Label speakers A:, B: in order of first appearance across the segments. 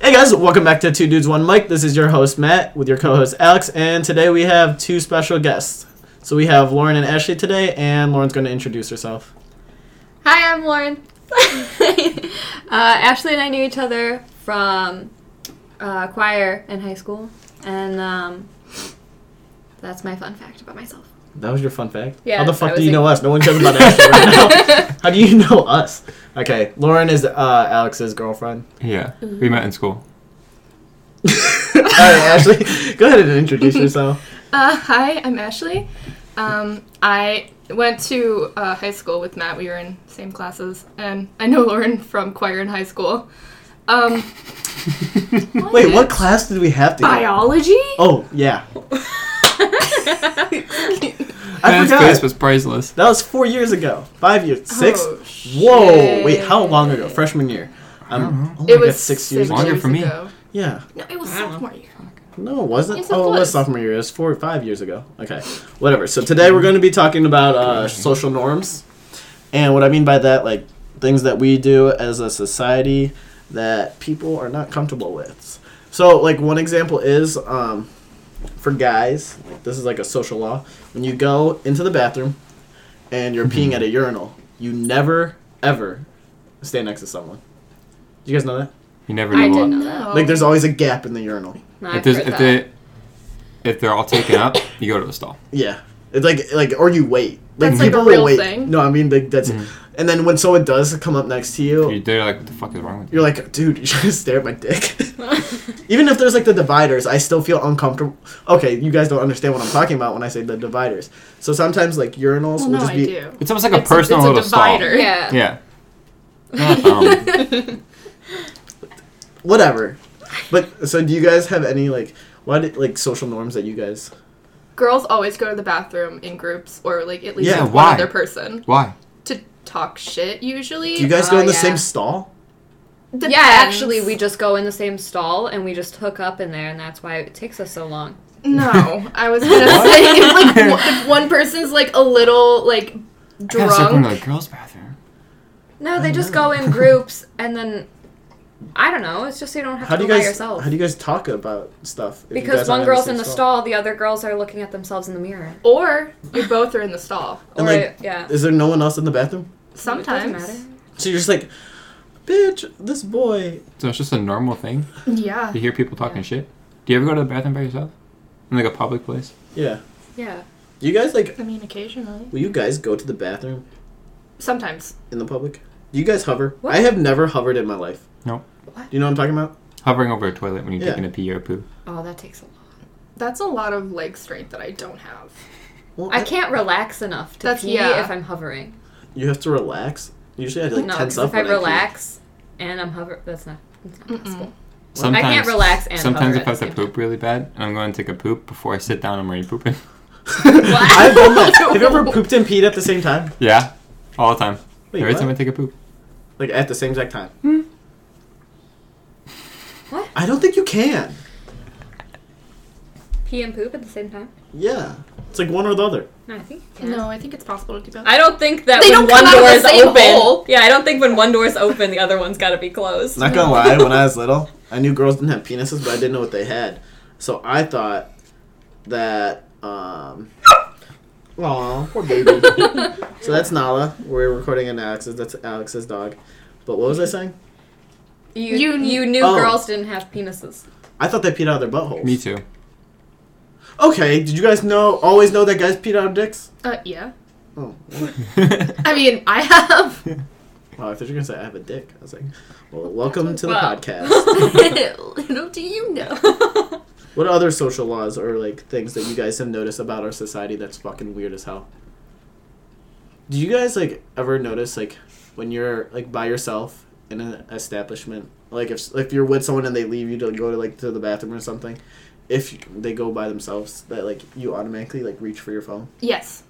A: guys, welcome back to Two Dudes One Mic. This is your host Matt with your co-host Alex, and today we have two special guests. So we have Lauren and Ashley today, and Lauren's going to introduce herself.
B: Hi, I'm Lauren. uh, Ashley and I knew each other from uh, choir in high school, and um, that's my fun fact about myself.
A: That was your fun fact.
B: Yeah,
A: How the
B: that
A: fuck do
B: was
A: you
B: it.
A: know us? No one cares about Ashley right now. How do you know us? Okay, Lauren is uh, Alex's girlfriend.
C: Yeah, we met in school.
A: All right, Ashley, go ahead and introduce yourself.
D: Uh, hi, I'm Ashley. Um, I went to uh, high school with Matt. We were in same classes, and I know Lauren from choir in high school. Um,
A: Wait, what class did we have to?
D: biology?
A: Oh yeah. I
C: Man's
A: forgot.
C: face was priceless.
A: That was four years ago. Five years. Six?
D: Oh,
A: Whoa. Wait,
D: shit.
A: how long ago? Freshman year. Um, oh my
D: It
A: God,
D: was
A: six, years ago.
C: Longer for me.
D: ago.
A: Yeah.
D: No, it was sophomore year.
A: No, it wasn't.
D: Yes, it
A: oh, it was
D: was.
A: sophomore year. It was four or five years ago. Okay. Whatever. So today we're going to be talking about uh, social norms. And what I mean by that, like things that we do as a society that people are not comfortable with. So, like, one example is um, for guys, like, this is like a social law. When you go into the bathroom and you're peeing at a urinal, you never, ever stay next to someone. Do you guys know that?
C: You never know
B: I
C: what.
B: didn't know that.
D: Oh.
A: Like, there's always a gap in the urinal.
B: No,
C: If,
B: I've
C: there's,
B: heard
C: if
B: that.
C: they if they're all taken up, you go to a stall.
A: Yeah, it's like like or you wait. Like
D: That's, like, a
A: people will
D: real
A: wait.
D: thing.
A: No, I mean like that's. And then when someone does come up next to
C: You,
A: you,
C: they're like, what the fuck is wrong with you?
A: you're like, dude, you should stare at my dick. Even if there's like the dividers, I still feel uncomfortable. Okay, you guys don't understand what I'm talking about when I say the dividers. So sometimes like urinals
D: Well,
A: will
D: no,
A: just
D: I
A: be.
D: do.
C: It's almost like a
D: It's a-
C: personal
D: it's a
C: little
D: divider.
B: yeah.
C: stall. Yeah. Um, Not a problem.
A: Whatever. But so do you guys have any like what like social norms that you guys?
D: Girls always go to the bathroom in groups, or like at least
A: Yeah,
D: with
C: why?
D: one other person
C: Why?
D: to talk shit. Usually, Uh,
A: Do you guys go
B: Oh,
A: in the
B: yeah.
A: same stall?
D: Depends.
B: Yeah, actually, we just go in the same stall and we just hook up in there, and that's why it takes us so long.
D: No, I was gonna
C: What?
D: say if like w- if one person's like a little like
C: I gotta start going to
D: drunk.
C: the girls' bathroom.
B: No, they just go in groups, and then I don't know. It's just you don't have
A: How
B: to
A: do you
B: go by
A: guys
B: yourself.
A: how do you guys talk about stuff? if you
B: because
A: guys
B: one
A: aren't
B: girl's in
A: same
B: the stall, the other girls are looking at themselves in the mirror.
D: Or you both are in the stall.
A: And,
B: or
A: like,
B: yeah.
A: Is there no one else in the bathroom?
B: It
D: Sometimes.
B: doesn't
A: So you're just like, bitch, this boy.
C: So it's just a normal thing.
D: Yeah.
C: You hear people talking shit. Do you ever go to the bathroom by yourself? In like a public place?
A: Yeah.
B: matter.
A: Do you guys like?
D: I mean, occasionally.
A: Will you guys go to the bathroom
D: Sometimes.
A: in the public? Do you guys hover?
B: What?
A: I have never hovered in my life.
C: No.
A: Do you know what I'm talking about?
C: Hovering over a toilet when you're
A: Yeah.
C: taking a pee or a poo.
B: Yeah. Oh, that takes a lot.
D: That's a lot of leg strength that I don't have.
A: Well,
B: I can't relax enough to
D: That's-
B: pee
D: yeah.
B: if I'm hovering.
A: You have to relax. Usually, I like
B: no,
A: tense
B: because
A: up.
B: if I
A: when pee.
B: relax and I'm hover, that's not. That's not possible.
C: Sometimes,
B: relax and
C: sometimes
B: hover at
C: if I
B: the
C: have to
B: same
C: poop really bad and I'm going to take a poop before I sit down, I'm already pooping.
A: I've done that. Have you ever pooped and peed at the same time?
C: Yeah, all the time.
A: Wait,
C: Every
A: what?
C: time I take a poop.
A: Like at the same exact time?
B: Hmm? What?
A: I don't think you can.
B: Pee and poop at the same time?
A: Yeah, it's like one or the other.
B: No, I think.
D: No, I think it's possible to do both.
B: I don't think that
D: They
B: when
D: don't come
B: one
D: out of
B: door
D: the
B: is
D: same
B: open.
D: hole.
B: Yeah, I don't think when one door is open, the other one's got to be closed.
A: Not gonna lie, when I was little, I knew girls didn't have penises, but I didn't know what they had. So I thought that. um... Aw, poor baby. so that's Nala. We're recording in Alex's. That's Alex's dog. But what was I saying?
B: You you,
D: You-
B: knew
A: Oh.
B: girls didn't have penises.
A: I thought they peed out of their buttholes.
C: Me too.
A: Okay, did you guys know? Always know that guys peed out of dicks?
D: Uh, yeah.
A: Oh,
D: I mean, I have.
A: wow, I thought you were gonna say I have a dick. I was like, well, welcome to the
B: Wow.
A: podcast.
D: Little do you know.
A: What other social laws or like things that you guys have noticed about our society that's fucking weird as hell? Do you guys like ever notice like when you're like by yourself in an establishment, like if if you're with someone and they leave you to go to like to the bathroom or something, if they go by themselves, that like you automatically like reach for your phone.
D: Yes,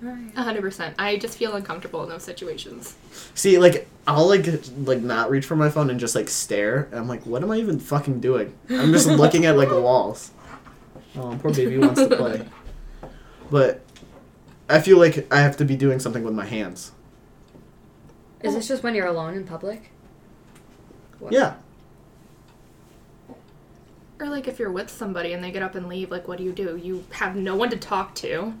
D: a 100%. I just feel uncomfortable in those situations.
A: See, like I'll like like not reach for my phone and just like stare. And I'm like, what am I even fucking doing? I'm just looking at like walls. Oh, poor baby wants to play. But I feel like I have to be doing something with my hands.
B: Is this just when you're alone in public?
A: Yeah.
D: Or like if you're with somebody and they get up and leave, like what do you do? You have no one to talk to,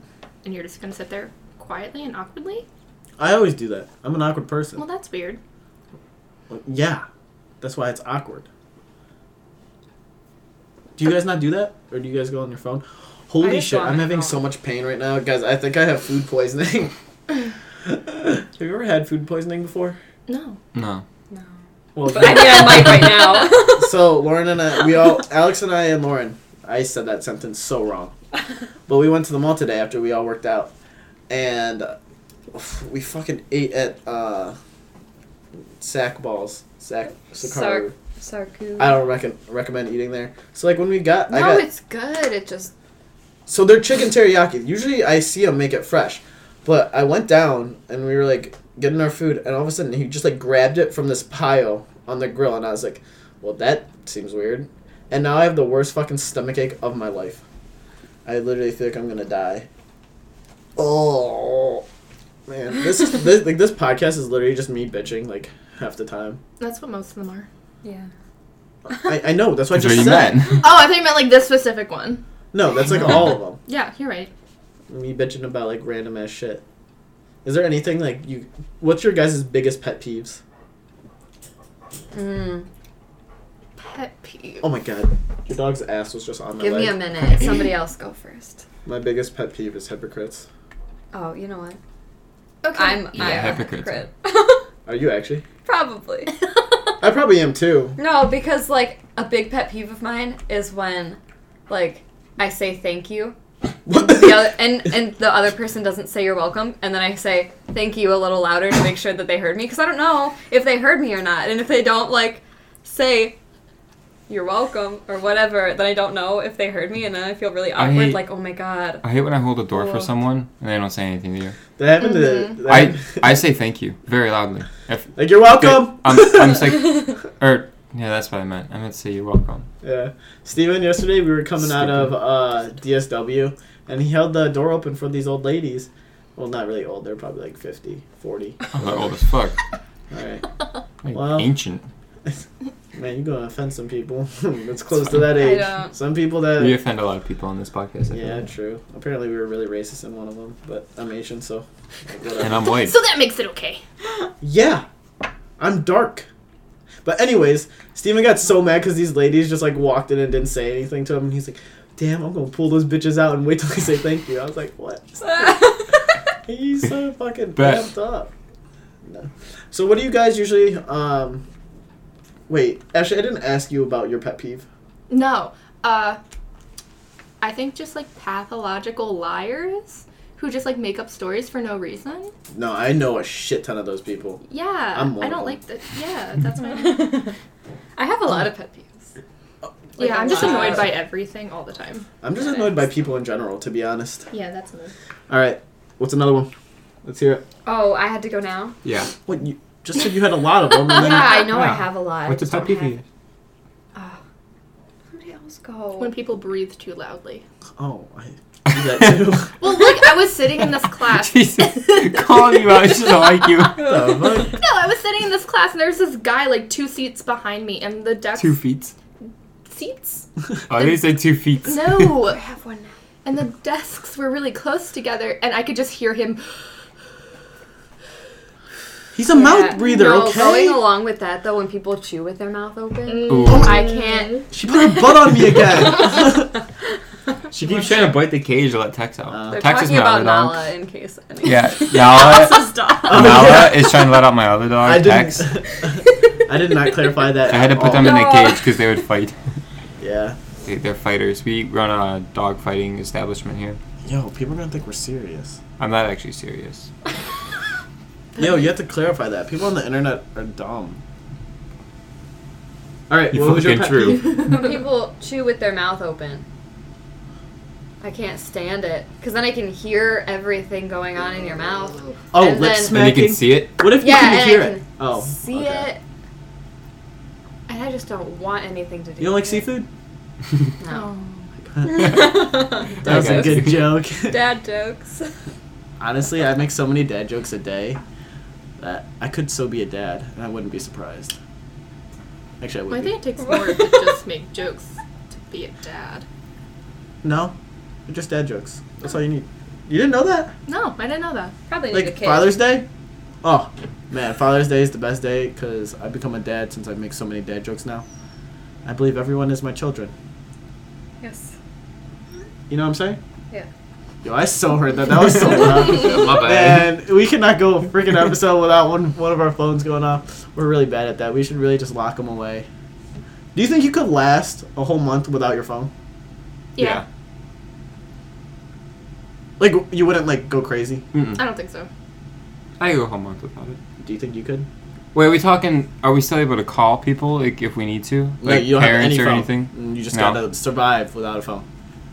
D: and you're just gonna sit there quietly and awkwardly.
A: I always do that. I'm an awkward person.
D: Well, that's weird.
A: Well, yeah, that's why it's awkward. Do you guys not do that, or do you guys go on your phone? Holy
B: just
A: shit!
B: go on
A: I'm
B: my
A: having
B: phone.
A: so much pain right now, guys. I think I have food poisoning. have you ever had food poisoning before?
D: No.
C: No.
B: No.
A: Well,
B: But I think I might right now.
A: so Lauren and I, we all, Alex and I and Lauren, I said that sentence so wrong. But we went to the mall today after we all worked out, and uh, we fucking ate at uh, Sack Balls. Sack Sakaru.
B: Sark. Sarku.
A: I don't reckon, recommend eating there. So like when we got,
B: no,
A: I got
B: it's good. It just
A: so they're chicken teriyaki. Usually I see him make it fresh, but I went down and we were like getting our food, and all of a sudden he just like grabbed it from this pile on the grill, and I was like, "Well, that seems weird." And now I have the worst fucking stomachache of my life. I literally feel like I'm gonna die. Oh man, this is this, like this podcast is literally just me bitching like half the time.
D: That's what most of them are.
B: yeah.
A: I, I know that's what I just
C: That's what you
A: said.
C: meant.
D: Oh, I thought you meant like this specific one.
A: No, that's like all of them.
D: Yeah, you're right.
A: me bitching about like random ass shit. Is there anything like you? What's your guys' biggest pet peeves?
B: Mm.
D: Pet peeve.
A: Oh my god, your dog's ass was just on my
B: Give
A: leg.
B: me a minute. Somebody else go first.
A: my biggest pet peeve is hypocrites.
B: Oh, you know what?
D: Okay.
B: I'm
C: Yeah,
B: I'm a
C: hypocrites.
B: hypocrite.
A: Are you actually?
B: Probably.
A: I probably am too.
B: no, because like a big pet peeve of mine is when like I say thank you
A: What
B: the other, and and the other person doesn't say you're welcome and then I say thank you a little louder to make sure that they heard me because I don't know if they heard me or not and if they don't like say you're welcome or whatever then I don't know if they heard me and then I feel really
C: I
B: awkward
C: hate-
B: like oh my god
C: I hate when I hold the door
B: Oh.
C: for someone and they don't say anything to you.
A: That happened to.
B: Mm-hmm.
D: Mhm.
A: That
C: I
A: happened-
C: I say thank you very loudly. If,
A: like you're welcome.
C: I'm, I'm just like, or yeah, that's what I meant. I meant to say you're welcome.
A: Yeah, Steven, yesterday we were coming out of
C: Stupid.
A: uh, DSW, and he held the door open for these old ladies. Well, not really old. They're probably like 50, 40.
C: I'm like, old as fuck.
A: All right,
C: Like,
A: Well.
C: ancient.
A: man, you're gonna offend some people. it's close to that age.
B: don't-
A: Some people that
C: We offend a lot of people on this podcast. I feel
A: uh, Yeah,
C: like.
A: true. Apparently, we were really racist in one of them, but I'm Asian, so. like, whatever.
C: And I'm white.
D: So that makes it okay.
A: yeah, I'm dark. But anyways, Steven got so mad because these ladies just like walked in and didn't say anything to him, and he's like, "Damn, I'm gonna pull those bitches out and wait till they say thank you." I was like, "What?" He's so fucking
C: Bet.
A: amped up. No. So, what do you guys usually? um Wait, actually, I didn't ask you about your pet peeve.
D: No. Uh I think just like pathological liars who just like make up stories for no reason.
A: No, I know a shit ton of those people.
D: Yeah.
A: I'm one
D: I
A: of them.
D: don't like that. Yeah, that's what I
B: I have a lot
C: Um,
B: of pet peeves
C: oh,
B: Like,
D: Yeah, I'm just
B: a lot.
D: annoyed by everything all the time.
A: I'm just annoyed by people in general, to be honest.
D: Yeah, that's annoying.
A: All right, what's another one? Let's hear it.
B: oh I had to go now
C: Yeah.
A: What you just said? You had a lot of them. And
B: yeah I know I
C: Wow.
B: have a lot I
C: What's a
B: just
C: pet
B: don't
C: peeve?
B: have-
C: you-
B: somebody else go
D: When people breathe too loudly.
A: Oh, I do that too.
D: Well, look, I was sitting in this class. no,
C: Jesus, calling you out. It's just like you.
A: The fuck?
D: I was sitting in this class and there was this guy like two seats behind me and the desk
C: Two feet.
D: seats?
C: Oh, I didn't say two feet.
D: No.
B: I have one now
D: and the desks were really close together and I could just hear him
A: He's a mouth breather.
B: No,
A: okay. Mm.
B: going along with that though, when people chew with their mouth open,
C: Ooh.
D: "Oh,
B: I can't.
A: She put her butt on me again.
C: She keeps trying to bite the cage to let Tex out.
A: Uh,
B: They're
C: Tex is
B: talking
C: my
B: about
C: other dog.
B: Nala in case. Anyone
C: Yeah, Nala.
B: else's dog.
A: Oh,
C: Nala
A: yeah.
C: is trying to let out my other dog,
A: I
C: Tex.
A: didn't. I did not clarify that.
C: I had to
A: at
C: put
A: all.
C: them in a
B: No.
C: cage because they would fight.
A: Yeah.
C: They, they're fighters. We run a dog fighting establishment here.
A: Yo, people are gonna think we're serious.
C: I'm not actually serious.
A: Yo, you have to clarify that. People on the internet are dumb. All right,
C: You
A: what was your pet
C: fucking true.
A: peeve?
B: When people chew with their mouth open, I can't stand it because then I can hear everything going on in your mouth.
A: Oh,
B: And
A: lip
B: then-
A: smacking.
C: And you can see it.
A: What if you
B: Yeah,
A: can
B: and
A: hear
B: I
A: it?
B: can
A: Oh,
B: see
A: okay.
B: it. And I just don't want anything to do.
A: You don't like
B: with
A: seafood?
B: It. No.
A: That was a
C: Okay.
A: good joke.
B: Dad jokes.
A: Honestly, I make so many dad jokes a day that I could so be a dad, and I wouldn't be surprised. Actually, I would.
D: I
A: be.
D: think it takes more to just make jokes to be a dad.
A: No, they're just dad jokes. That's all you need. You didn't know that?
D: No, I didn't know that.
E: Probably need a
A: Like
E: kid.
A: Father's Day? Oh man, Father's Day is the best day because I've become a dad since I make so many dad jokes now. I believe everyone is my children.
E: Yes.
A: You know what I'm saying?
E: Yeah.
A: Yo, I so heard that. That was so loud.
C: My bad.
A: Man, we cannot go a freaking episode without one one of our phones going off. We're really bad at that. We should really just lock them away. Do you think you could last a whole month without your phone?
D: Yeah.
A: Like you wouldn't like go crazy.
C: Mm-mm.
D: I don't think so.
C: I could go a whole month without it.
A: Do you think you could?
C: Wait, are we talking? Are we still able to call people like if we need to, like
A: no, you don't
C: parents
A: have
C: or
A: any phone.
C: anything?
A: Mm, You just
C: No.
A: gotta survive without a phone.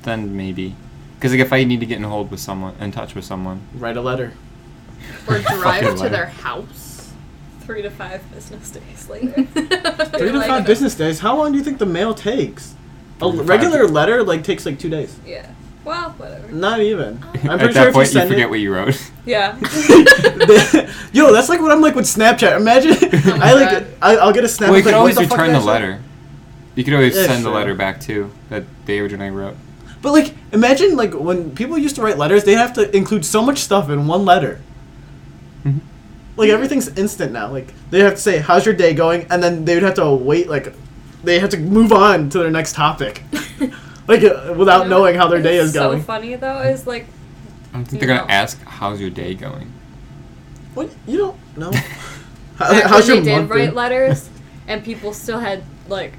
C: Then maybe, because like if I need to get in hold with someone, in touch with someone,
A: Write a letter.
D: Or drive
C: Fucking
D: to
C: liar.
D: their house.
E: Three to five business days later.
A: Three to
E: Like-
B: uh,
A: five business days. How long do you think the mail takes? A
C: Three to five.
A: regular letter like takes like two days.
E: yeah. Well, whatever.
A: Not even. I'm
C: at
A: pretty
C: that
A: sure if you
C: point you,
A: send
C: forget
A: it.
C: what you wrote.
E: Yeah.
A: Yo, that's like what I'm like with Snapchat. Imagine
E: Oh
D: my
A: I like
D: God.
A: I, I'll get a Snapchat.
C: well, you
A: like,
C: could
A: what
C: always
A: the fuck
C: return
A: did I
C: the
A: say?
C: letter. You could always
A: Yeah,
C: send the
A: sure.
C: letter back too that they originally wrote.
A: But like, imagine like when people used to write letters, they have to include so much stuff in one letter.
C: Mhm.
A: Like everything's instant now. Like they have to say, "How's your day going?" and then they would have to wait. Like they have to move on to their next topic, like uh, without
E: You know
A: knowing how their
E: what
A: day is
E: So
A: going.
E: funny though is like
C: I don't think
E: You
C: they're gonna
E: know.
C: ask how's your day going.
A: What you don't know? How,
E: back
A: Uh, how's
E: when
A: your
E: they did
A: month
E: write
A: been?
E: letters, and people still had like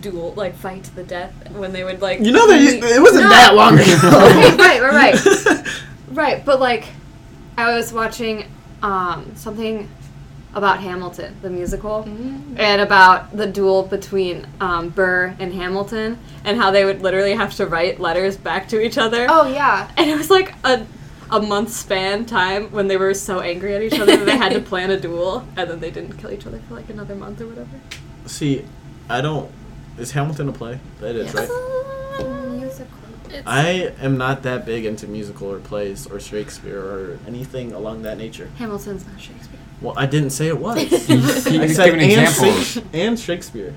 E: duel like fight to the death when they would like.
A: You know that
E: meet-
A: you- it wasn't
E: No.
A: that long
E: Okay,
A: ago.
B: right, right, right.
A: right.
B: Right, but like, I was watching um, something about Hamilton, the musical,
D: Mm-hmm.
B: and about the duel between um, Burr and Hamilton, and how they would literally have to write letters back to each other.
D: Oh yeah.
B: And it was like a, a month span time when they were so angry at each other that they had to plan a duel, and then they didn't kill each other for like another month or whatever.
A: See, I don't. Is Hamilton a play? That is right. I am not that big into musical or plays or Shakespeare or anything along that nature.
B: Hamilton's not Shakespeare.
A: Well, I didn't say it was.
C: You just, you
A: I
C: just
A: said
C: giving
A: and,
C: examples.
A: Shak- and Shakespeare.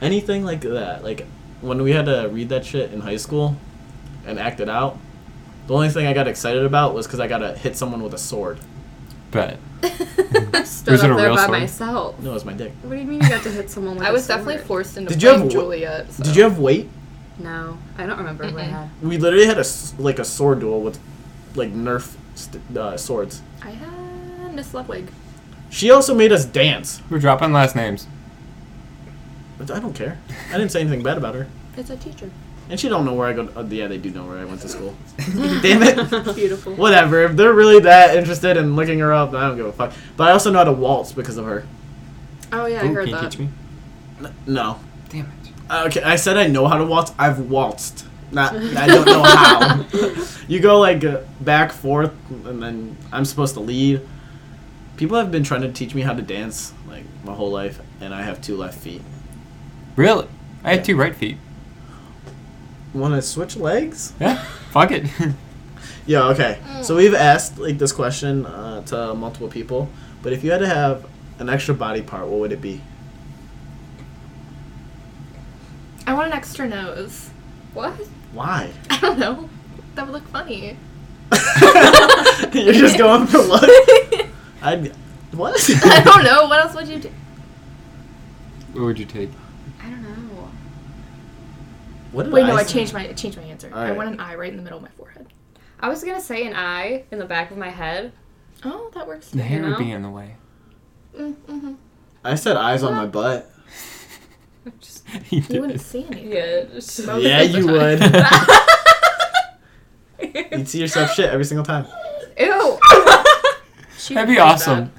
A: Anything like that. Like when we had to read that shit in high school and act it out. The only thing I got excited about was because I got to hit someone with a sword.
C: But
B: I stood
C: Was it
B: up
C: a
B: there
C: real
B: by
C: sword?
B: myself.
A: No, it was my dick.
B: What do you mean you got to hit someone with
D: I
B: a
D: was
B: sword?
D: definitely forced into
A: Did you have
D: playing
A: wi-
D: Juliet. So.
A: Did you have weight?
B: No, I don't remember what I
D: Mm-mm.
B: had.
A: We literally had a s- like a sword duel with like Nerf st- uh, swords.
D: I had Miss Ludwig.
A: She also made us dance.
C: we're dropping last names.
A: But I don't care. I didn't say anything bad about her.
D: It's a teacher.
A: And she don't know where I go. To, oh, yeah, they do know where I went to school. Damn it.
E: Beautiful.
A: Whatever. If they're really that interested in looking her up, I don't give a fuck. But I also know how to waltz because of her.
D: Oh yeah, I
C: Ooh,
D: heard
C: can you
D: that.
C: teach me?
A: N- no.
C: Damn it.
A: Okay, I said I know how to waltz. I've waltzed. Not. I don't know how. you go like uh, back forth, and then I'm supposed to lead. People have been trying to teach me how to dance like my whole life, and I have two left feet.
C: Really? I
A: Yeah.
C: had two right feet.
A: Want to switch legs?
C: Yeah. Fuck it.
A: Yeah, okay.
E: Mm.
A: So we've asked like this question uh, to multiple people, but if you had to have an extra body part, what would it be?
D: I want an extra nose.
E: What?
A: Why?
D: I don't know. That would look funny.
A: You're just going for look. I what?
D: I don't know. What else would you do?
C: what would you take?
B: I don't know.
A: what did
D: Wait, no, I
A: say?
D: changed my I changed my answer. I
A: Alright.
D: want an eye right in the middle of my forehead.
B: I was gonna say an eye in the back of my head.
D: Oh, that works.
C: The hair would be
B: know?
C: in the way.
D: Mm-hmm.
A: I said eyes on my butt.
C: You
D: You
C: did
D: wouldn't
C: it.
D: see anything.
E: Yeah. just-
D: Well,
A: yeah,
D: this is
A: you
D: the
A: would.
D: time.
A: You'd see yourself shit every single time.
E: Ew.
D: She
C: That'd
D: would
C: be
D: think
C: awesome.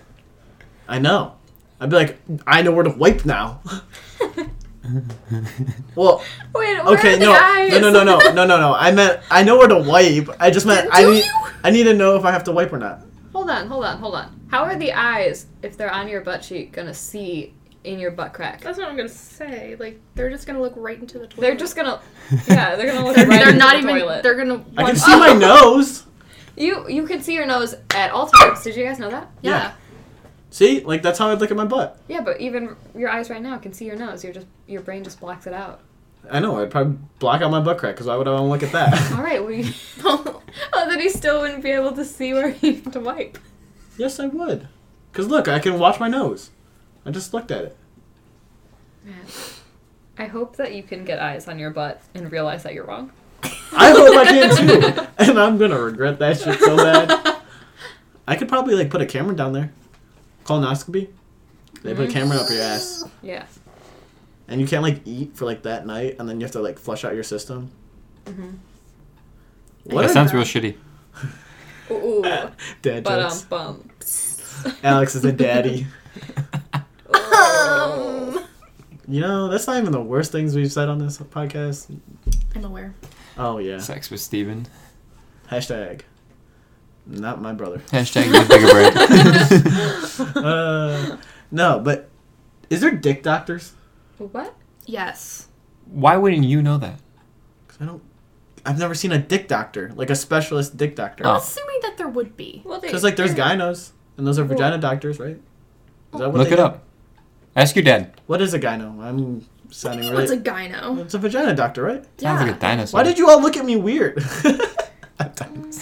A: I know. I'd be like, I know where to wipe now. well,
E: Wait. Where
A: okay,
E: are the
A: no,
E: eyes?
A: no, no, no, no, no, no, no. I meant I know where to wipe. I just meant I
E: Do
A: need,
E: you?
A: I need to know if I have to wipe or not.
E: Hold on. Hold on. Hold on. How are the eyes, if they're on your butt cheek, gonna see in your butt crack?
D: That's what I'm gonna say. Like they're just gonna look right into the toilet.
E: They're just gonna. Yeah, they're gonna look
D: They're,
E: right
D: they're
E: into
D: not
E: the
D: even.
E: toilet.
D: They're gonna.
A: I can
D: want-
A: see my nose.
E: You you can see your nose at all times. Did you guys know that?
D: Yeah.
A: Yeah. See, like that's how I'd look at my butt.
E: Yeah, but even your eyes right now can see your nose. You're just your brain just blocks it out.
A: I know. I'd probably block out my butt crack because why would I want to look at that?
E: All right, we. oh, then he still wouldn't be able to see where he had to wipe.
A: yes, I would. Cause look, I can watch my nose. I just looked at it.
E: I hope that you can get eyes on your butt and realize that you're wrong.
A: I hope I can too, and I'm gonna regret that shit so bad. I could probably like put a camera down there, colonoscopy. They put a camera up your ass,
E: Yeah.
A: and you can't like eat for like that night, and then you have to like flush out your system.
E: Mm-hmm.
A: What?
C: That
A: a-
C: sounds real shitty.
E: Ooh.
A: Dad
E: But
A: jokes.
E: um, bum.
A: Alex is a daddy. You know, that's not even the worst things we've said on this podcast.
D: I'm aware.
A: Oh yeah.
C: Sex with Steven.
A: Hashtag. Not my brother.
C: Hashtag give big a break.
A: uh, no, but is there dick doctors?
E: What?
D: Yes.
C: Why wouldn't you know that?
A: 'Cause I don't. I've never seen a dick doctor, like a specialist dick doctor.
C: Oh.
D: Assuming that there would be.
E: Well, they-
A: Because like there's gynos, and those are vagina doctors, right? Is that
C: Look
A: they
C: it
A: do?
C: up. Ask your dad.
A: What is a gyno? I'm sounding
D: What's a
A: really.
D: gyno?
A: It's a vagina doctor, right?
C: Sounds
D: Yeah.
C: like a dinosaur.
A: Why did you all look at me weird? I'm dying.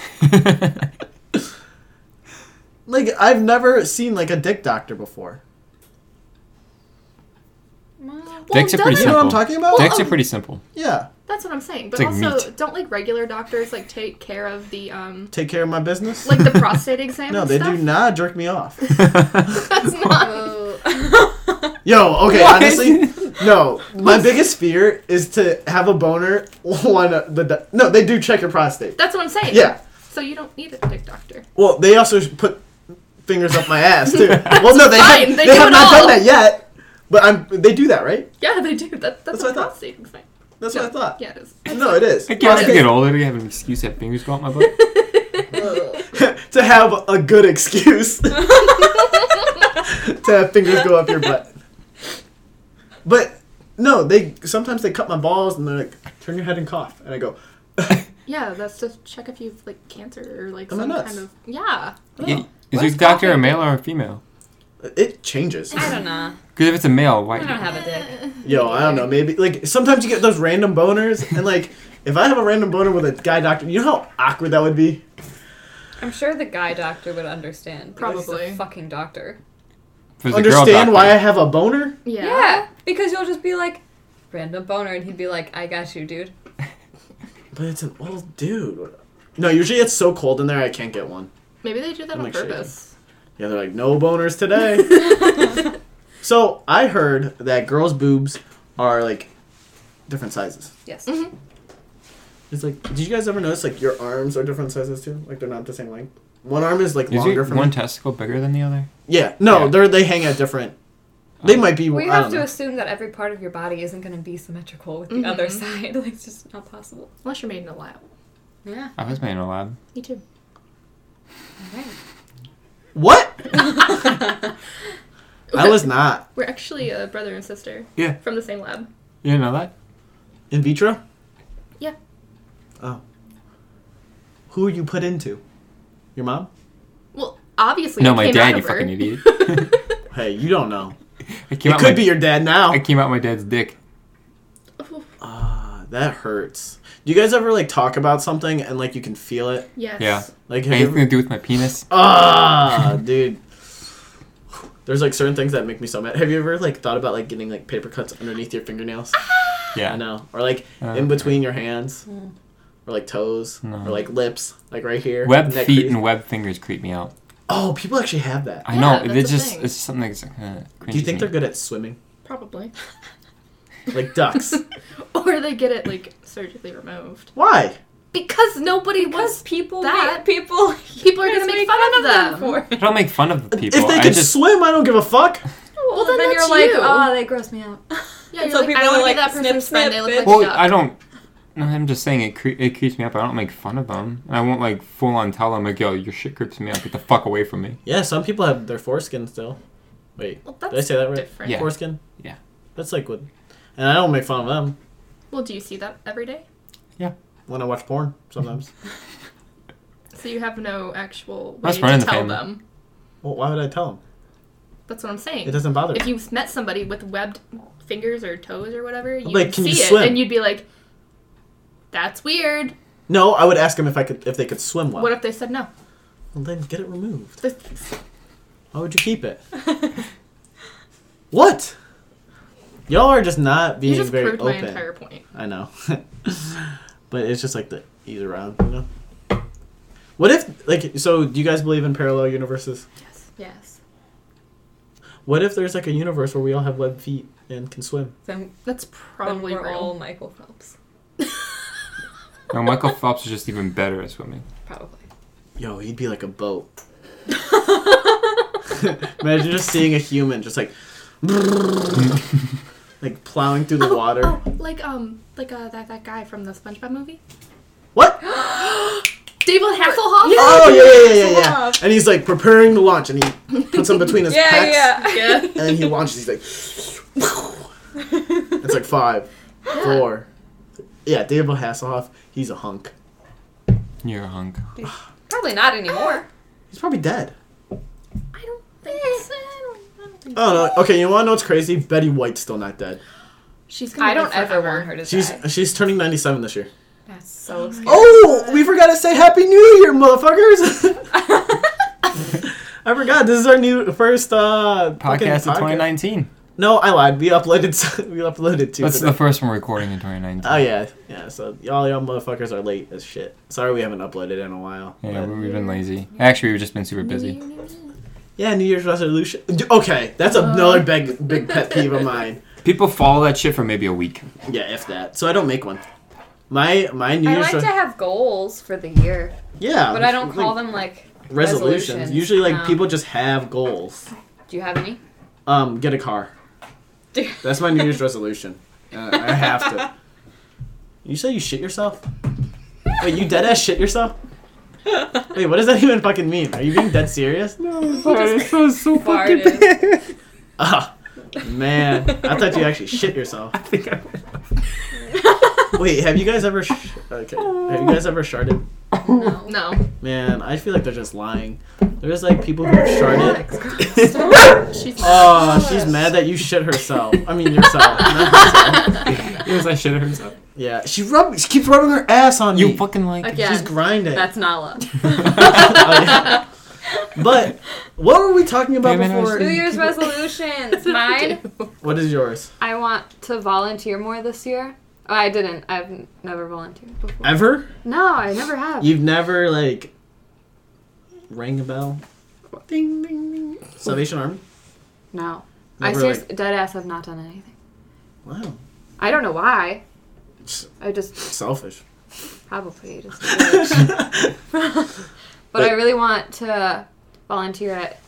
A: like I've never seen like a dick doctor before.
C: Dicks are
D: Well,
C: pretty
A: You know what I'm
C: simple.
A: talking about?
C: Dicks are
D: um,
C: pretty simple.
A: Yeah.
D: That's what I'm saying. But
C: It's like
D: also,
C: meat.
D: don't like regular doctors like take care of the um
A: Take care of my business.
D: like the prostate exam?
A: no,
D: and
A: they
D: stuff?
A: do not jerk me off.
D: That's not.
E: Oh.
A: Yo, okay,
C: What?
A: honestly, no. My biggest fear is to have a boner on the do- no. They do check your prostate.
D: That's what I'm saying.
A: Yeah.
D: So you don't need a dick doctor.
A: Well, they also sh- put fingers up my ass too. well, no, they
D: Fine,
A: have,
D: they
A: they,
D: do
A: have
D: it
A: not
D: all.
A: done that yet. But I'm they do that right?
D: Yeah, they do. That, that's,
A: That's
D: a
A: what I thought.
D: prostate exam.
A: That's what I thought.
D: Yeah, it is.
A: No, it is.
C: I guess
A: Prostate-
C: you get older, you have an excuse to have fingers go up my butt.
A: to have a good excuse to have fingers go up your butt. But no, they sometimes they cut my balls and they're like, "Turn your head and cough," and I go,
D: Yeah, that's to check if you've like cancer or like
A: Am I
D: some
A: nuts?
D: kind of yeah.
C: Yeah, Is
D: What's
C: your doctor a male or a female?
A: "It changes."
E: I don't know.
C: Because if it's a male,
E: I don't
C: why?
E: have a dick.
A: Yo, I don't know. Maybe like sometimes you get those random boners, and like if I have a random boner with a guy doctor, you know how awkward that would be.
E: I'm sure the guy doctor would understand. because He's
D: Probably.
E: a fucking doctor.
C: If it's a girl
A: Understand why I
C: doctor,
A: have a boner?
D: Yeah.
E: Because you'll just be like, random boner, and he'd be like, I got you, dude.
A: But it's an old dude. No, usually it's so cold in there I can't get one.
D: Maybe they do that
A: I'm,
D: on
A: like, shaking.
D: purpose.
A: Yeah, they're like no boners today. so I heard that girls' boobs are like different sizes.
E: Yes.
A: It's like, did you guys ever notice like your arms are different sizes too? Like they're not the same length. One arm is like
C: Is
A: longer
C: your
A: from
C: one testicle bigger than the other?
A: Yeah, no,
C: Yeah. Oh.
A: they're they hang at different. They might be.
E: We
A: I
E: have
A: don't
E: to
A: know.
E: assume that every part of your body isn't going to be symmetrical with the other side. Like, it's just not possible.
D: Unless you're made in a lab.
E: Yeah.
C: I was made in a lab.
D: Me too.
A: What? I was not
D: We're actually a brother and sister.
C: Yeah.
D: From the same lab.
C: You didn't know that?
A: in vitro.
D: Yeah.
A: Oh. Who you put into? Your mom?
D: Well, obviously.
C: no,
D: it
C: my
D: came out
C: dad, you
D: of her.
C: fucking idiot.
A: Hey, you don't know.
C: I came
A: it
C: out
A: could
C: my,
A: be your dad now.
C: I came out my dad's dick.
A: Ah, that hurts. Do you guys ever like talk about something and like you can feel it?
D: Yes.
C: Yeah.
A: Like have you
C: Anything
A: ever-
C: to do with my penis?
A: ah, dude. There's like certain things that make me so mad. Have you ever like thought about like getting like paper cuts underneath your fingernails? I
C: Yeah.
A: know. Or like
C: Uh,
A: in between your hands. Or like toes.
C: No.
A: Or like lips. Like right here.
C: Web
A: neck
C: feet
A: crease.
C: and web fingers creep me out.
A: Oh, people actually have that.
C: I
D: Yeah,
C: know.
D: that's
C: It's
D: a
C: just
D: thing.
C: it's just something that's uh,
A: Do you think they're
C: good?
A: good at swimming?
D: Probably.
A: Like ducks.
D: Or they get it like surgically removed.
A: Why?
D: Because nobody
E: Because
D: wants
E: people
D: that-
E: make people
D: people are gonna make fun of them.
E: for.
C: I don't make fun of the people.
A: if they
C: I
A: can
C: just
A: swim, I don't give a fuck.
D: Well, then,
E: then
D: that's
E: you're like,
D: you.
E: oh, they gross me out.
D: yeah,
E: and
D: you're
E: so
D: like,
E: people
D: I
E: are
D: don't want to
E: like,
D: be that
E: snip,
D: person's friend. They
E: snip,
D: look like
E: bitch.
C: well,
D: duck.
C: I don't. No, I'm just saying it. Cre- it creeps me up. I don't make fun of them. And I won't like full on tell them like, yo, your shit creeps me out. Get the fuck away from me.
A: Yeah, some people have their foreskin still. Wait,
D: Well,
A: did I say that right?
D: different.
C: Yeah.
A: Foreskin.
C: Yeah.
A: That's like what, and I don't make fun of them
D: Well, do you see that every day?
A: when I watch porn sometimes.
D: So you have no actual way
C: That's
D: to
C: fine in
D: tell
C: the family.
D: them.
A: well, why would I tell them?
D: That's what I'm saying.
A: It doesn't bother.
D: If
A: me.
D: you've met somebody with webbed fingers or toes or whatever, you
A: Like,
D: would
A: can
D: see
A: you
D: it
A: swim?
D: and you'd be like, "That's weird."
A: No, I would ask them if I could if they could swim well.
D: What if they said no?
A: well then get it removed.
D: This-
A: Why would you keep it? what? Y'all are just not being
D: You just
A: very
D: proved
A: open.
D: my entire point.
A: I know. but it's just like the ease around, you know? What if, like, so do you guys believe in parallel universes?
E: Yes.
A: What if there's like a universe where we all have webbed feet and can swim?
E: Then,
D: That's probably
E: we're all
D: real.
E: Michael Phelps.
C: No, Michael Phelps is just even better at swimming.
E: Probably.
A: Yo, he'd be like a boat. Imagine just seeing a human just like, like plowing through the water.
D: Oh, like um, like uh, that that guy from the SpongeBob movie,
A: What?
D: David Hasselhoff.
A: Oh yeah, yeah, yeah, yeah, yeah. And he's like preparing to launch, and he puts him between his pecs,
D: yeah.
A: and then he launches. He's like, it's like five, four. Yeah, David Hasselhoff. He's a hunk.
C: You're a hunk.
E: Probably not anymore.
A: He's probably dead.
E: I don't think so.
A: Oh no. Okay, you want to know what's crazy? Betty White's still not dead.
D: She's gonna.
E: I
D: live
E: don't ever
D: forever.
E: want her to
A: She's
E: die.
A: she's turning ninety seven this year.
E: That's so scary.
A: Oh, we forgot to say Happy New Year, motherfuckers. I forgot. This is our new first uh, fucking
C: Podcast of 2019.
A: No, I lied. We uploaded. we uploaded two.
C: That's
A: today.
C: the first one recording in 2019.
A: Oh yeah, yeah. So y'all, y'all motherfuckers are late as shit. Sorry we haven't uploaded in a while. but-
C: Yeah, we- we've been lazy. Actually, we've just been super busy.
A: yeah. New Year's resolution. D- Okay,
E: Uh.
A: that's another big, big pet peeve of mine.
C: People follow that shit for maybe a week.
A: Yeah, if that. So I don't make one. My my New
E: I
A: Year's.
E: like to
A: re-
E: have goals for the year,
A: yeah,
E: but I don't
A: like,
E: call them like.
A: resolutions.
E: resolutions. Um,
A: Usually, like
E: No.
A: people just have goals.
E: Do you have any?
A: Um, get a car. That's my New Year's resolution. Uh, I have to. You say you shit yourself? Wait, you dead ass shit yourself? Wait, what does that even fucking mean? Are you being dead serious?
C: so
E: Farted.
A: Oh, man. I thought you actually shit yourself. Wait, have you guys ever sh- okay. Have you guys ever sharded?
E: No.
D: No,
A: Man, I feel like they're just lying. There's like people who have sharded.
D: she's.
A: Oh, she's mad that you shit herself. I mean yourself. not herself.
C: I should have himself.
A: Yeah, she rub she keeps rubbing her ass on
C: You
A: me.
C: fucking like
E: Okay.
A: She's
E: Yeah,
A: grinding.
E: That's not love.
A: Oh, yeah. But what were we talking about
C: Maybe I know
A: before?
C: it's-
E: New Year's resolutions. Mine.
A: What is yours?
B: I want to volunteer more this year. Oh, I didn't. I've n- never volunteered before.
A: Ever?
B: No, I never have.
A: You've never like rang a bell? Ding ding ding. Salvation Army.
B: No. I
A: Never,
B: seriously, dead ass, have not done anything.
A: Wow.
B: I don't know why.
A: S-
B: I just
A: Selfish.
B: probably just. but I really want to volunteer at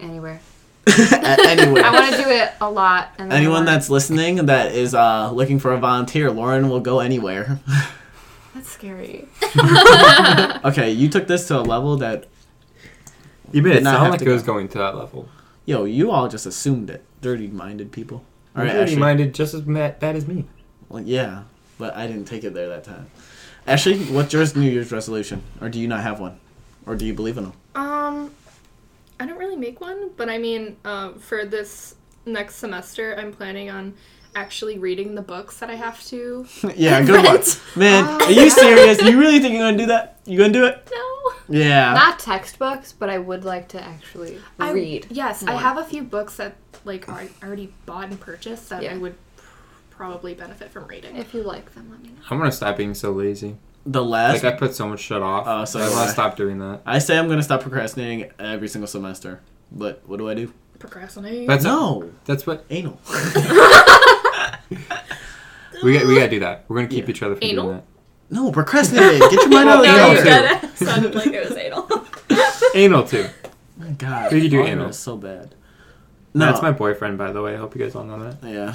B: anywhere.
A: At
B: I
A: anywhere.
B: want to do it a lot. And then I
A: Anyone
B: wanna-
A: that's listening that is uh, looking for a volunteer, Lauren will go anywhere.
D: That's scary.
A: okay, you took this to a level that
C: You made
A: Did not have
C: sound like
A: to
C: it was
A: go.
C: going to that level.
A: yo, you all just assumed it. Dirty minded people. All right, Ashley.
C: minded just as bad as me.
A: Well, yeah, but I didn't take it there that time. Ashley, what's your New Year's resolution, or do you not have one, or do you believe in them?
D: Um, I don't really make one, but I mean, uh, for this next semester, I'm planning on actually reading the books that I have to.
A: yeah, good one,
D: Right.
A: man. Are you serious? You really think you're gonna do that? You gonna do it?
D: No.
A: Yeah.
B: not textbooks, but I would like to actually
D: I,
B: read.
D: Yes, I have a few books that like are already bought and purchased that I
B: Yeah.
D: would probably benefit from reading.
B: If you like them, let me know.
C: I'm gonna stop being so lazy.
A: the last.
C: Like I put so much shit off.
A: Oh, so
C: I
A: do
C: want
A: I.
C: to stop doing that.
A: I say I'm gonna stop procrastinating every single semester, but what do I do?
D: Procrastinate.
C: That's
A: No,
C: That's what
A: anal.
C: we got, we gotta do that. We're gonna keep each other from
D: Anal?
C: doing that.
A: no, procrastinating. Get your mind out of
E: No,
C: Anal
E: you
A: the
C: too.
E: said it. Sounded like it was anal.
C: Anal too.
A: anal. God,
C: We could do
A: Lauren
C: anal.
A: is so bad. No,
C: That's my boyfriend, by the way. I hope you guys all know that.
A: yeah,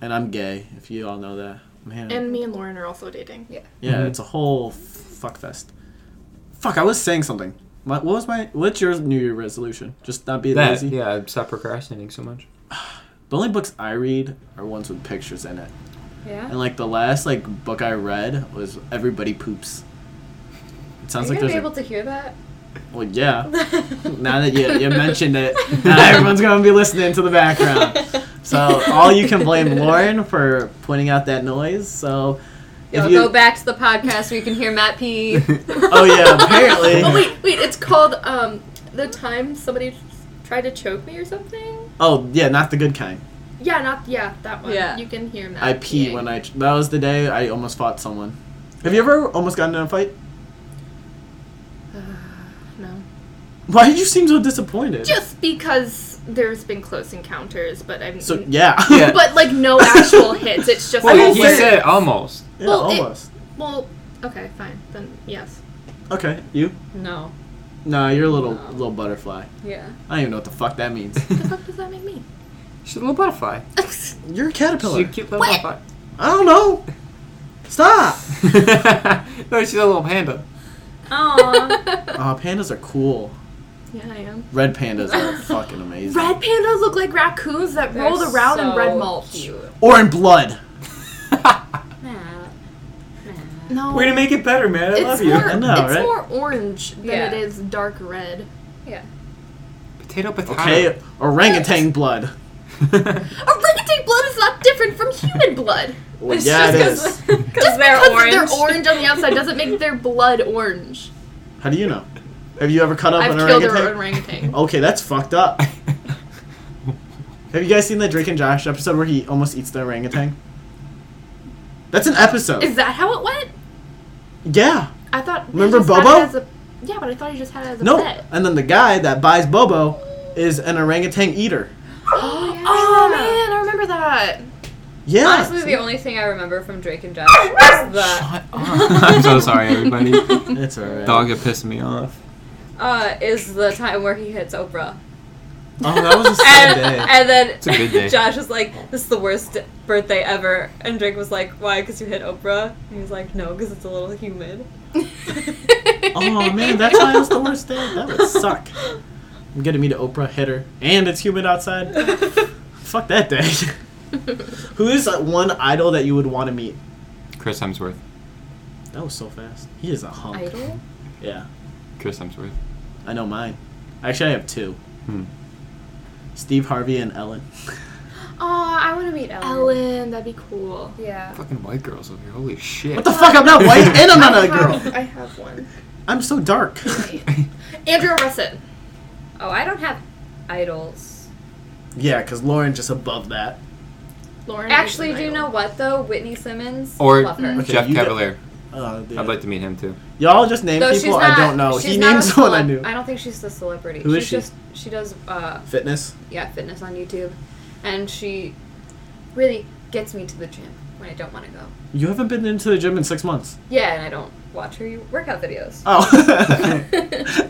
A: and I'm gay. If you all know that, man.
D: And me and Lauren are also dating.
A: Yeah,
C: Mhm.
A: it's a whole fuck fest. Fuck, I was saying something. My, what was my? What's your New Year resolution? Just not be
C: That
A: lazy.
C: yeah, I'd stop procrastinating so much.
A: The only books I read are ones with pictures in it.
E: Yeah.
A: And like the last like book I read was Everybody Poops. It
E: Are
A: sounds
E: you
A: like
E: gonna
A: there's
E: be
A: a
E: able to hear that?
A: well yeah. now that you you mentioned it, now everyone's gonna be listening to the background. So all you can blame Lauren for pointing out that noise. So if
F: Yo,
A: you
F: go back to the podcast where you can hear Matt P.
A: oh yeah, apparently
D: Oh wait, wait, it's called um the time somebody tried to choke me or something.
A: oh yeah, not the good kind.
D: Yeah, not yeah that one.
F: Yeah.
D: you can hear Matt.
A: I pee when I that was the day I almost fought someone. Have you ever almost gotten in a fight?
D: no.
A: Why did you seem so disappointed?
D: Just because there's been close encounters, but I'm
A: so yeah,
C: Yeah.
D: but like no actual hits. It's just
A: Well,
C: Well,
D: like,
C: he
A: wait.
C: said almost.
A: Yeah,
D: Well, it-
A: almost.
D: well, okay, fine then. Yes.
A: okay, you?
B: No.
A: Nah, you're a little
B: No.
A: little butterfly.
B: Yeah.
A: I don't even know what the fuck that means.
D: What the fuck does that make me?
C: She's a little butterfly.
A: You're a
C: She's a
A: caterpillar.
C: cute little butterfly.
A: I don't know. Stop.
C: no, she's a little panda.
B: Aww.
A: Aw, pandas are cool.
D: Yeah, I am.
A: Red pandas are fucking amazing.
D: Red pandas look like raccoons that
B: They're
D: rolled around in red
B: so
D: mulch.
B: cute.
A: Or in blood.
B: Matt.
D: No,
C: Way to make it better, man. I
D: it's
C: love you.
D: more,
A: I know,
D: it's
A: right?
D: more orange than
B: Yeah.
D: it is dark red.
C: Potato, potato.
A: Okay, orangutan blood.
D: Orangutan blood is not different from human blood.
A: Well, yeah, it is.
B: Because they're
D: Because
B: orange.
D: they're orange on the outside doesn't make their blood orange.
A: How do you know? Have you ever cut up
D: I've
A: an
D: killed
A: orangutan? Oh.
D: an orangutan.
A: okay, that's fucked up. Have you guys seen the Drake and Josh episode where he almost eats the orangutan? That's an episode.
D: Is that how it went?
A: yeah.
D: I thought. he
A: Remember
D: just had
A: Bobo?
D: it as a- yeah, but I thought he just had it as a
A: No.
D: pet.
A: And then the guy that buys Bobo is an orangutan eater.
D: Oh, oh man, I remember that.
A: Yeah.
B: Honestly, the only thing I remember from Drake and Josh was the
C: Shut up. I'm so sorry, everybody.
A: it's alright.
C: Dog had pissed me off.
B: uh, is the time where he hits Oprah,
A: Oh, that was a sad
B: and,
A: day.
B: and then
C: It's a good day.
B: Josh was like, "This is the worst d- birthday ever," and Drake was like, "Why? Because you hit Oprah?" And he's like, "No, because it's a little humid."
A: Oh man, that's why it was the worst day. That would suck. I'm gonna meet Oprah, hit her, and it's humid outside. Fuck that day. Who is that one idol that you would want to meet?
C: Chris Hemsworth.
A: That was so fast. He is a hunk.
B: Idol?
A: Yeah,
C: Chris Hemsworth.
A: I know mine. Actually, I have two.
C: Hmm.
A: Steve Harvey and Ellen.
B: Oh, I want to meet Ellen.
D: Ellen, that'd be cool.
B: Yeah.
C: Fucking white girls over here. Holy shit.
A: What the fuck? I'm not white, and I'm not a girl.
D: I have one.
A: I'm so dark.
D: Andrew Russet.
B: Oh, I don't have idols.
A: Yeah, cause Lauren just above that.
D: Lauren.
B: Actually, do you know what though? Whitney Simmons.
C: Or
B: Love her.
A: Okay,
C: Jeff
A: you got-
C: Cavalier.
A: Uh, yeah.
C: I'd like to meet him too.
A: Y'all just name
B: Though she's
A: people
B: not-
A: I don't know.
B: she's
A: He
B: not a
A: named someone I
B: celeb-
A: knew.
B: I don't think she's the celebrity.
A: Who is
B: she's
A: she?
B: Just, she does uh,
A: Fitness.
B: yeah, fitness on YouTube, and she really gets me to the gym when I don't want to go.
A: You haven't been into the gym in six months.
B: Yeah, and I don't watch her workout videos.
A: Oh.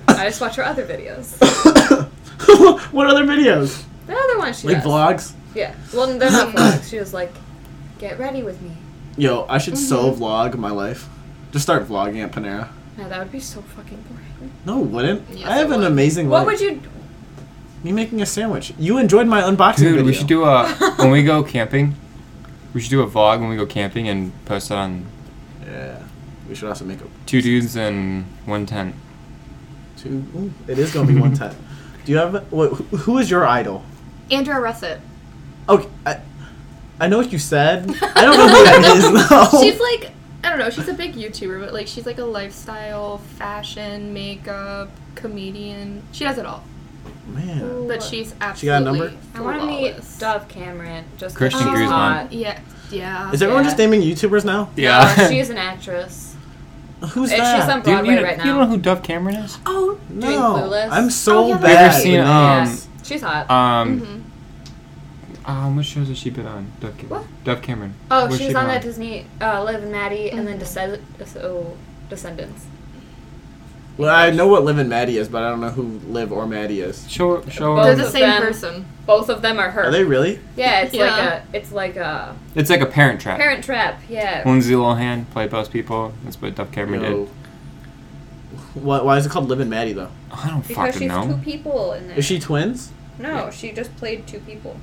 B: I just watch her other videos.
A: what other videos?
B: The other one she
A: Like
B: does.
A: vlogs?
B: Yeah. Well, they're not vlogs. She was like, "Get ready with me."
A: Yo, I should so
B: Mm-hmm.
A: vlog my life. Just start vlogging at Panera.
B: Now that would be so fucking boring.
A: No, it wouldn't.
D: Yes,
A: I have
D: it
A: an
D: would.
A: amazing
B: What
A: life.
B: would you?
A: Me making a sandwich. You enjoyed my unboxing
C: Dude,
A: video.
C: we should do a when we go camping. We should do a vlog when we go camping and post it on
A: Yeah. We should also make a
C: two dudes and one tent.
A: two. Ooh, it is gonna be one time. Do you have what? who- Who is your idol?
D: Andrew Russet.
A: Okay, I, I know what you said. I don't know who that is though.
D: She's like, I don't know, she's a big YouTuber, but like, she's like a lifestyle, fashion, makeup, comedian. She does it all.
A: Man,
D: But she's absolutely.
A: got a number?
B: I want to meet
D: flawless.
B: Dove Cameron. Just 'cause
C: Christian
B: she's
D: Uh,
C: Griezmann.
B: hot.
D: Yeah. Yeah.
A: is everyone
B: yeah.
A: just naming YouTubers now?
B: Uh, she is an actress.
A: Who's
B: It's
A: that?
B: just on
C: Dude,
B: Broadway
C: you,
B: right
C: you
B: now.
C: don't know who Dove Cameron is?
D: oh,
B: doing
A: no,
B: Clueless?
A: I'm so
D: Oh, yeah,
A: bad.
D: that's-
C: Have you ever seen
A: with
C: um
A: names.
B: She's hot.
C: um
D: Mhm.
C: um what shows has she been on? Dove Cameron. Dove Cameron.
B: mm-hmm. Oh,
C: Where's
B: she
C: she
B: was on
C: been
B: that Disney uh, Live and Maddie, and then Descend- Des- oh, Descendants.
A: Well, I know what Liv and Maddie is, but I don't know who Liv or Maddie is.
C: Show show
D: they're
B: Both
D: the
B: of
D: same
B: them.
D: person.
B: Both of them are her.
A: Are they really?
B: Yeah, it's
D: Yeah.
B: like a it's like a
C: It's like a parent trap.
B: Parent Trap. Yeah.
C: Lindsay Lohan played those people. That's what Dove Cameron
A: No.
C: did.
A: Why, why is it called Liv and Maddie though?
C: I don't
B: Because
C: fucking
B: she's two
C: know.
B: people in there.
A: Is she twins?
B: no, she just played two people.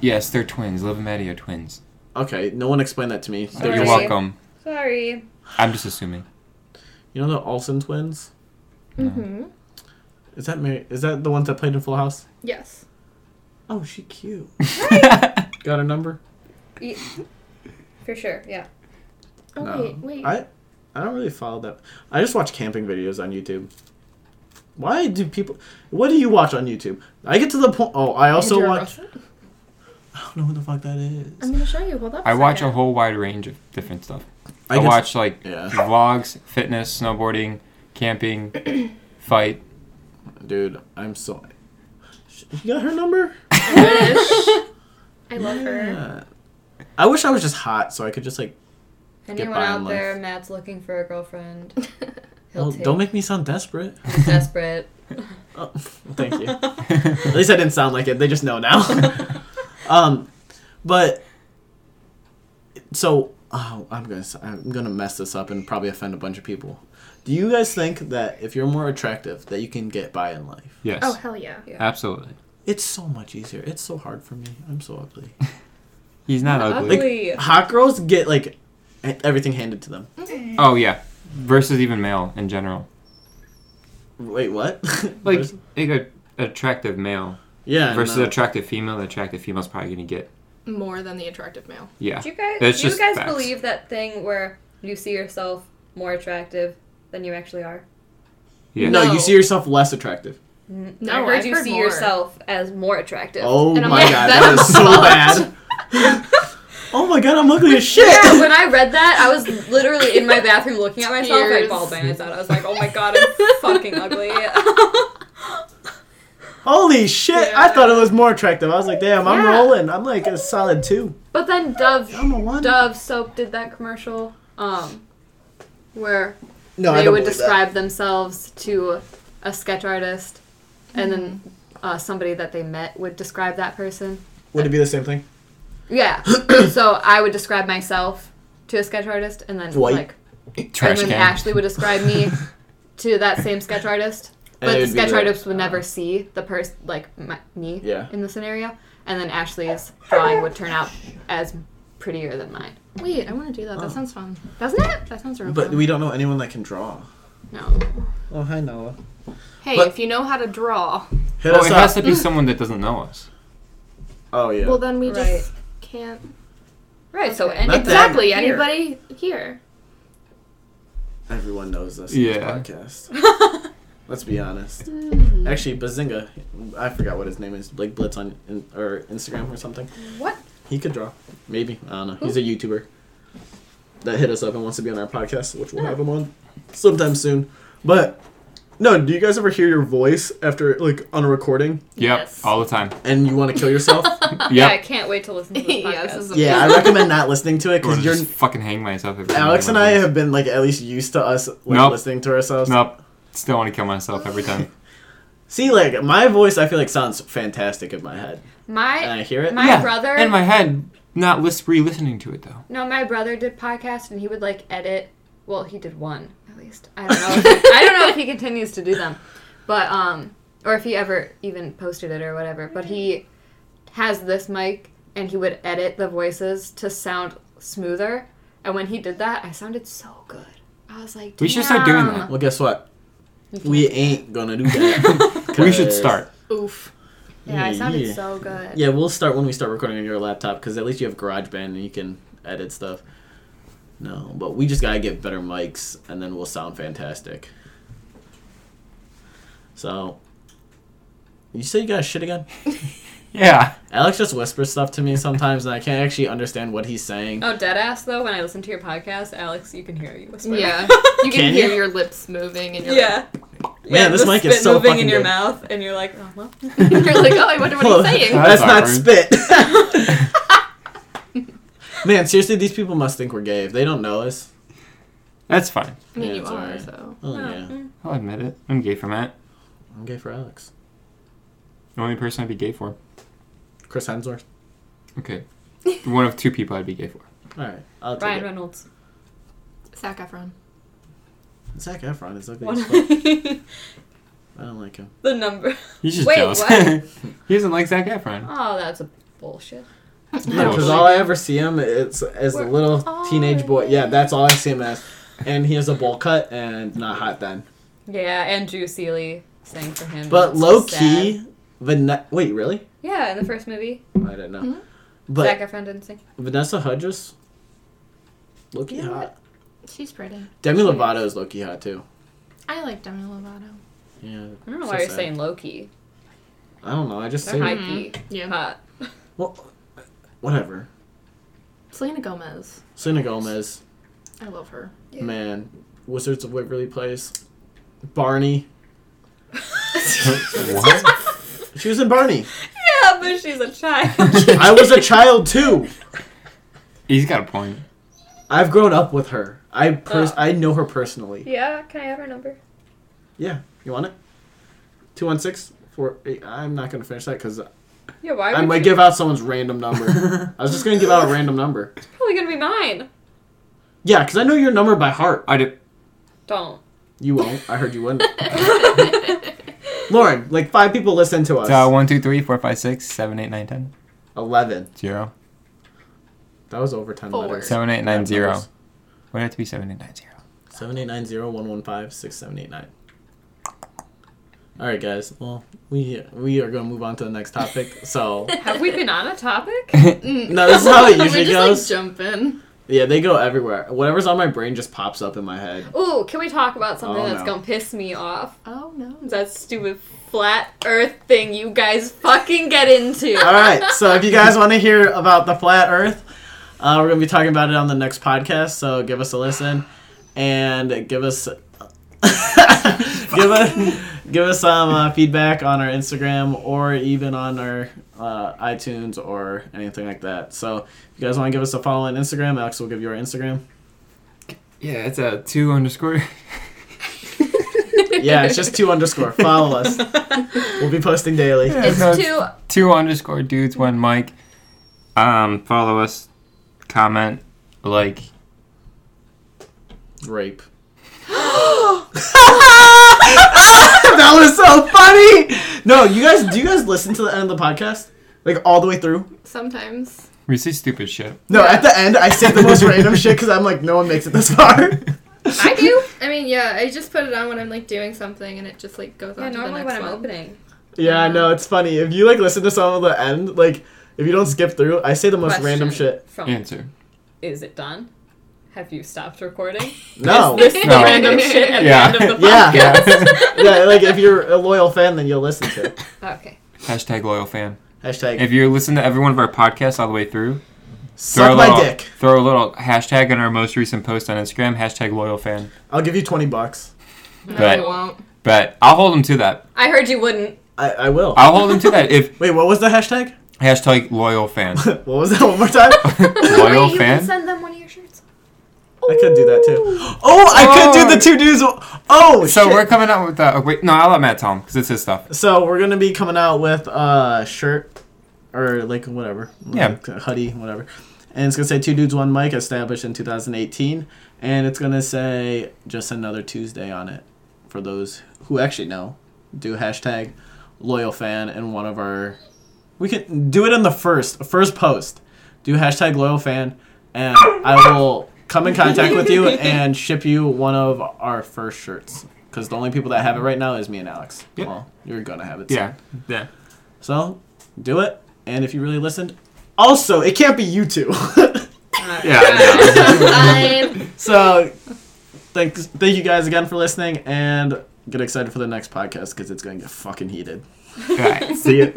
C: Yes, they're twins. Liv and Maddie are twins.
A: Okay, no one explained that to me. So
B: Sorry.
C: You're
A: just-
C: welcome.
B: Sorry.
C: I'm just assuming.
A: you know the Olsen twins?
E: Hmm?
D: Mm-hmm.
A: Is that Mary? Is that the ones that played in Full House?
D: Yes.
A: Oh, she cute. Got her number?
B: For sure, yeah.
D: Oh,
A: No.
D: wait, wait.
A: I I don't really follow that. I just watch camping videos on YouTube. Why do people? What do you watch on YouTube? I get to the point. Oh, I also
D: Andrew
A: watch.
D: Russell?
A: I don't know what the fuck that is.
D: I'm gonna show you. Hold up.
C: I watch a
D: second.
C: whole wide range of different stuff. I,
A: get to-
C: watch like
A: Yeah.
C: vlogs, fitness, snowboarding, camping, fight.
A: dude. I'm so. Sh- You got her number?
D: I love her.
A: Yeah. I wish I was just hot so I could just like.
E: Anyone
A: by
E: out
A: in
E: there,
A: life.
E: Matt's looking for a girlfriend. He'll
A: Well,
E: take
A: don't make me sound desperate.
E: He's desperate.
A: Oh, thank you. At least I didn't sound like it. They just know now. um, but so oh, I'm gonna s- I'm gonna mess this up and probably offend a bunch of people. Do you guys think that if you're more attractive, that you can get by in life?
C: Yes,
D: Oh hell yeah.
C: absolutely.
A: It's so much easier. It's so hard for me. I'm so ugly.
C: He's not ugly.
E: Ugly.
A: Hot girls get like e- everything handed to them.
C: oh yeah, versus even male in general.
A: Wait, what?
C: Like
A: Vers-
C: like a attractive male
A: yeah,
C: versus
A: no.
C: attractive female. The attractive female's probably gonna get
D: More than the attractive male.
C: yeah.
E: Do you guys,
C: That's
E: do you
C: just
E: guys
C: facts.
E: believe that thing where you see yourself more attractive than you actually are?
C: yeah.
A: no,
D: No.
A: you see yourself less attractive.
D: No,
E: I heard
D: I've
E: you
D: heard
E: see
D: more.
E: yourself as more attractive.
A: Oh
D: And I'm
A: my
D: like,
A: god,
D: that
A: that is so
D: sucked.
A: bad. oh my god, I'm ugly as shit.
E: Yeah, when I read that, I was literally in my bathroom looking at myself. I
D: Tears.
E: bawled my eyes out. I was like, "Oh my god, I'm fucking ugly."
A: Holy shit! I
D: Yeah.
A: thought it was more attractive. I was like, damn, I'm
B: Yeah.
A: rolling. I'm like a solid two.
B: But then Dove
A: I'm a one.
B: Dove soap did that commercial um where
A: no,
B: they would describe themselves to a sketch artist and then
E: Mm-hmm.
B: uh, somebody that they met would describe that person.
A: Would it be the same thing?
B: Yeah. so I would describe myself to a sketch artist and then
A: White.
B: like
C: Trash
B: and
C: can.
B: then Ashley would describe me to that same sketch artist.
A: And
B: But
A: it
B: the
A: would be
B: sketch
A: the-
B: artist would never see the person like my, me
A: Yeah.
B: in the scenario, and then Ashley's drawing would turn out as prettier than mine,
D: Wait, I want to do that. That sounds fun.
B: doesn't it?
D: That sounds real
A: But
D: fun.
A: we don't know anyone that can draw.
B: No.
A: Oh, hi Noah.
D: hey,
A: but-
D: if you know how to draw,
A: Hit
C: Oh,
A: us
C: it
A: up.
C: has to be someone that doesn't know us.
A: oh yeah.
D: well then we
E: Right.
D: just can't.
E: right. So
D: Okay.
E: anybody,
A: Not that-
D: Exactly.
E: Here.
D: Anybody here?
A: Everyone knows this.
C: Yeah.
A: Yeah. Podcast. Let's be honest. Actually, Bazinga, I forgot what his name is. Like Blitz on in, or Instagram or something.
B: What?
A: He could draw. Maybe I don't know. He's a YouTuber that hit us up and wants to be on our podcast, which we'll have him on sometime soon. But no, do you guys ever hear your voice after like on a recording
C: Yep,
D: Yes.
C: all the time.
A: and you want to kill yourself?
E: yeah, I
C: Yep.
E: can't wait to listen to this podcast.
D: yeah, this is a
A: yeah, I recommend not listening to it
C: Or
A: because you're.
C: just fucking hang myself. Every time
A: Alex and
C: hear
A: I
C: my voice.
A: have been like at least used to us like
C: Nope.
A: listening to ourselves.
C: Nope. Still want to kill myself every time.
A: See, like my voice, I feel like sounds fantastic in my head, and I
B: My
A: hear it.
B: my brother
C: In my head, not lis- re-listening to it though.
B: no, my brother did podcast and he would like edit. Well, he did one at least. I don't know. If, I don't know if he continues to do them, but um, or if he ever even posted it or whatever. But he has this mic and he would edit the voices to sound smoother. And when he did that, I sounded so good. I was like,
C: We should start doing that.
A: well, guess what? We ain't gonna do that.
C: We should
A: 'Cause-
C: start.
D: oof.
B: Yeah, I sounded
A: Yeah.
B: so good.
A: Yeah, we'll start when we start recording on your laptop because at least you have GarageBand and you can edit stuff. No, but we just gotta get better mics and then we'll sound fantastic. So, you say you got shit again?
C: Yeah.
A: Alex just whispers stuff to me sometimes and I can't actually understand what he's saying.
E: Oh, dead ass though. When I listen to your podcast, Alex, you can hear you whisper.
D: Yeah, you can,
A: Can
D: hear
A: you?
D: your lips moving and you're like,
E: yeah. Yeah,
A: this
E: the
A: mic is
E: spit
A: so
E: moving
A: fucking
E: in your
A: good.
E: mouth, and you're like, oh, well.
D: you're like, oh, I wonder what he's saying.
A: That's not
C: awkward.
A: spit. Man, seriously, these people must think we're gay if they don't know us.
C: That's fine.
D: I mean,
A: Yeah,
D: you
A: it's
D: are
A: alright.
D: so.
A: Oh
E: Oh,
A: yeah,
E: mm.
C: I'll admit it. I'm gay for Matt.
A: I'm gay for Alex.
C: The only person I'd be gay for.
A: Chris Hemsworth.
C: Okay. One of two people I'd be gay for.
A: All right, I'll take
E: Ryan
A: it.
E: Reynolds.
D: Zac Efron.
A: Zac Efron is ugly.
E: One
A: as fuck.
E: the
A: I don't like him.
E: number.
C: He's just
E: Wait,
C: jealous.
E: what?
C: he doesn't like Zac Efron.
E: Oh, that's a bullshit.
A: Yeah, because all I ever see him it's as a
E: We're
A: little
E: all
A: teenage boy. Yeah, that's all I see him as. And he has a bowl cut and not hot then.
E: Yeah, and Drew Seeley sang for him.
A: But
E: It's
A: low
E: sad.
A: key, Van- wait, really?
E: Yeah, in the first movie.
D: Hmm?
A: I didn't know. But
D: E-
B: Zac Efron didn't sing.
A: Vanessa Hudgens, Loki
D: You know
A: hot.
D: She's pretty.
A: Demi
D: She is.
A: Lovato is Loki hot too.
D: I like Demi Lovato.
A: Yeah.
E: I don't know
A: so
E: why you're
A: sad.
E: saying Loki.
A: I don't know. I just
E: They're
A: say
E: high
A: it.
E: key.
D: Mm-hmm. Yeah.
E: Hot.
A: well, whatever.
D: Selena Gomez.
A: Selena Gomez,
D: I love her.
B: Yeah.
A: man, Wizards of Waverly Place, Barney.
C: what?
A: She was in Barney.
E: Yeah, but she's a child.
A: I was a child too.
C: He's got a point.
A: I've grown up with her. I pers-
E: Oh.
A: I know her personally.
B: Yeah, can I have her number?
A: Yeah, you want it? Two one six four eight. I'm not gonna finish that because
E: yeah, why
A: I
E: would
A: might
E: you?
A: give out someone's random number. I was just gonna give out a random number.
E: It's probably gonna be mine.
A: Yeah, because I know your number by heart.
C: I did.
E: Don't.
A: You won't. I heard you wouldn't. Lauren, like five people listen to us.
C: So one, two, three, four, five, six, seven, eight, nine, ten.
A: Eleven.
C: Zero.
A: That was over ten
D: Four.
A: letters.
C: Seven, eight, nine,
A: Nine
C: zero.
A: numbers.
C: Would it have to be seven, eight, nine, zero?
A: Seven eight nine zero one one five six seven eight nine. All right, guys. Well, we we are gonna move on to the next topic. So
E: Have we been on a topic?
A: no, this is how it
D: We
A: usually goes.
D: just, Like, jump in.
A: yeah, they go everywhere. Whatever's on my brain just pops up in my head.
E: Ooh, can we talk about something
A: Oh,
E: that's
A: no.
E: gonna piss me off?
D: Oh no.
E: That stupid flat Earth thing you guys fucking get into.
A: All right. So if you guys want to hear about the flat Earth, uh, we're gonna be talking about it on the next podcast. So give us a listen and give us give us give us some uh, feedback on our Instagram or even on our uh, iTunes or anything like that. So if you guys want to give us a follow on Instagram, Alex will give you our Instagram.
C: Yeah, it's a two underscore.
A: Yeah, it's just two underscore. Follow us. We'll be posting daily.
E: It's
C: No, it's-
E: too.
C: two underscore dudes one mic. Um, follow us, comment, like.
A: Rape. that was so funny. No, you guys, do you guys listen to the end of the podcast? Like all the way through?
D: Sometimes.
C: We say stupid shit.
A: No, at the end, I say the most random shit because I'm like, no one makes it this far.
D: I do. I mean, yeah. I just put it on when I'm like doing something, and it just like goes on.
E: Yeah,
D: to
E: normally
D: the
E: when
D: next
E: I'm
D: one.
E: opening.
A: yeah, I know it's funny if you like listen to some of the end. Like if you don't skip through, I say the most random
E: Question
A: shit.
E: From
C: Answer.
E: Is it done? Have you stopped recording?
A: No,
E: Is this the
C: No.
E: random shit at
C: Yeah.
E: the end of the
A: Yeah.
E: podcast?
A: yeah, like if you're a loyal fan, then you'll listen to it.
D: Oh,
E: Okay.
C: Hashtag loyal fan.
A: hashtag.
C: If you listen to every one of our podcasts all the way through,
A: Suck
C: a
A: my
C: little,
A: dick.
C: Throw a little hashtag in our most recent post on Instagram. Hashtag loyal fan.
A: I'll give you twenty bucks.
D: No,
C: But-
D: I won't.
C: But I'll hold them to that.
E: I heard you wouldn't.
A: I, I will.
C: I'll hold them to that. If
A: Wait, what was the hashtag?
C: hashtag loyal fan.
A: what was that one more time?
C: loyal
B: Wait, you can
C: fan.
B: send them one of your shirts.
A: I could do that too. Oh, I could do the two dudes. Oh,
C: so
A: shit.
C: we're coming out with uh, wait. No, I'll let Matt tell him because it's his stuff.
A: So we're gonna be coming out with a shirt or like whatever,
C: Yeah.
A: like a hoodie, whatever, and it's gonna say two dudes one mic established in 2018, and it's gonna say just another Tuesday on it for those who actually know. Do hashtag loyal fan in one of our. We can do it in the first first post. Do hashtag loyal fan, and I will come in contact with you and ship you one of our first shirts. Because the only people that have it right now is me and Alex.
C: Yep.
A: Well, you're gonna have it. soon.
C: Yeah. Yeah.
A: So, do it. And if you really listened, also it can't be you two.
C: Yeah. I know.
A: so, thanks. Thank you guys again for listening, and get excited for the next podcast because it's gonna get fucking heated.
C: All right.
A: See you.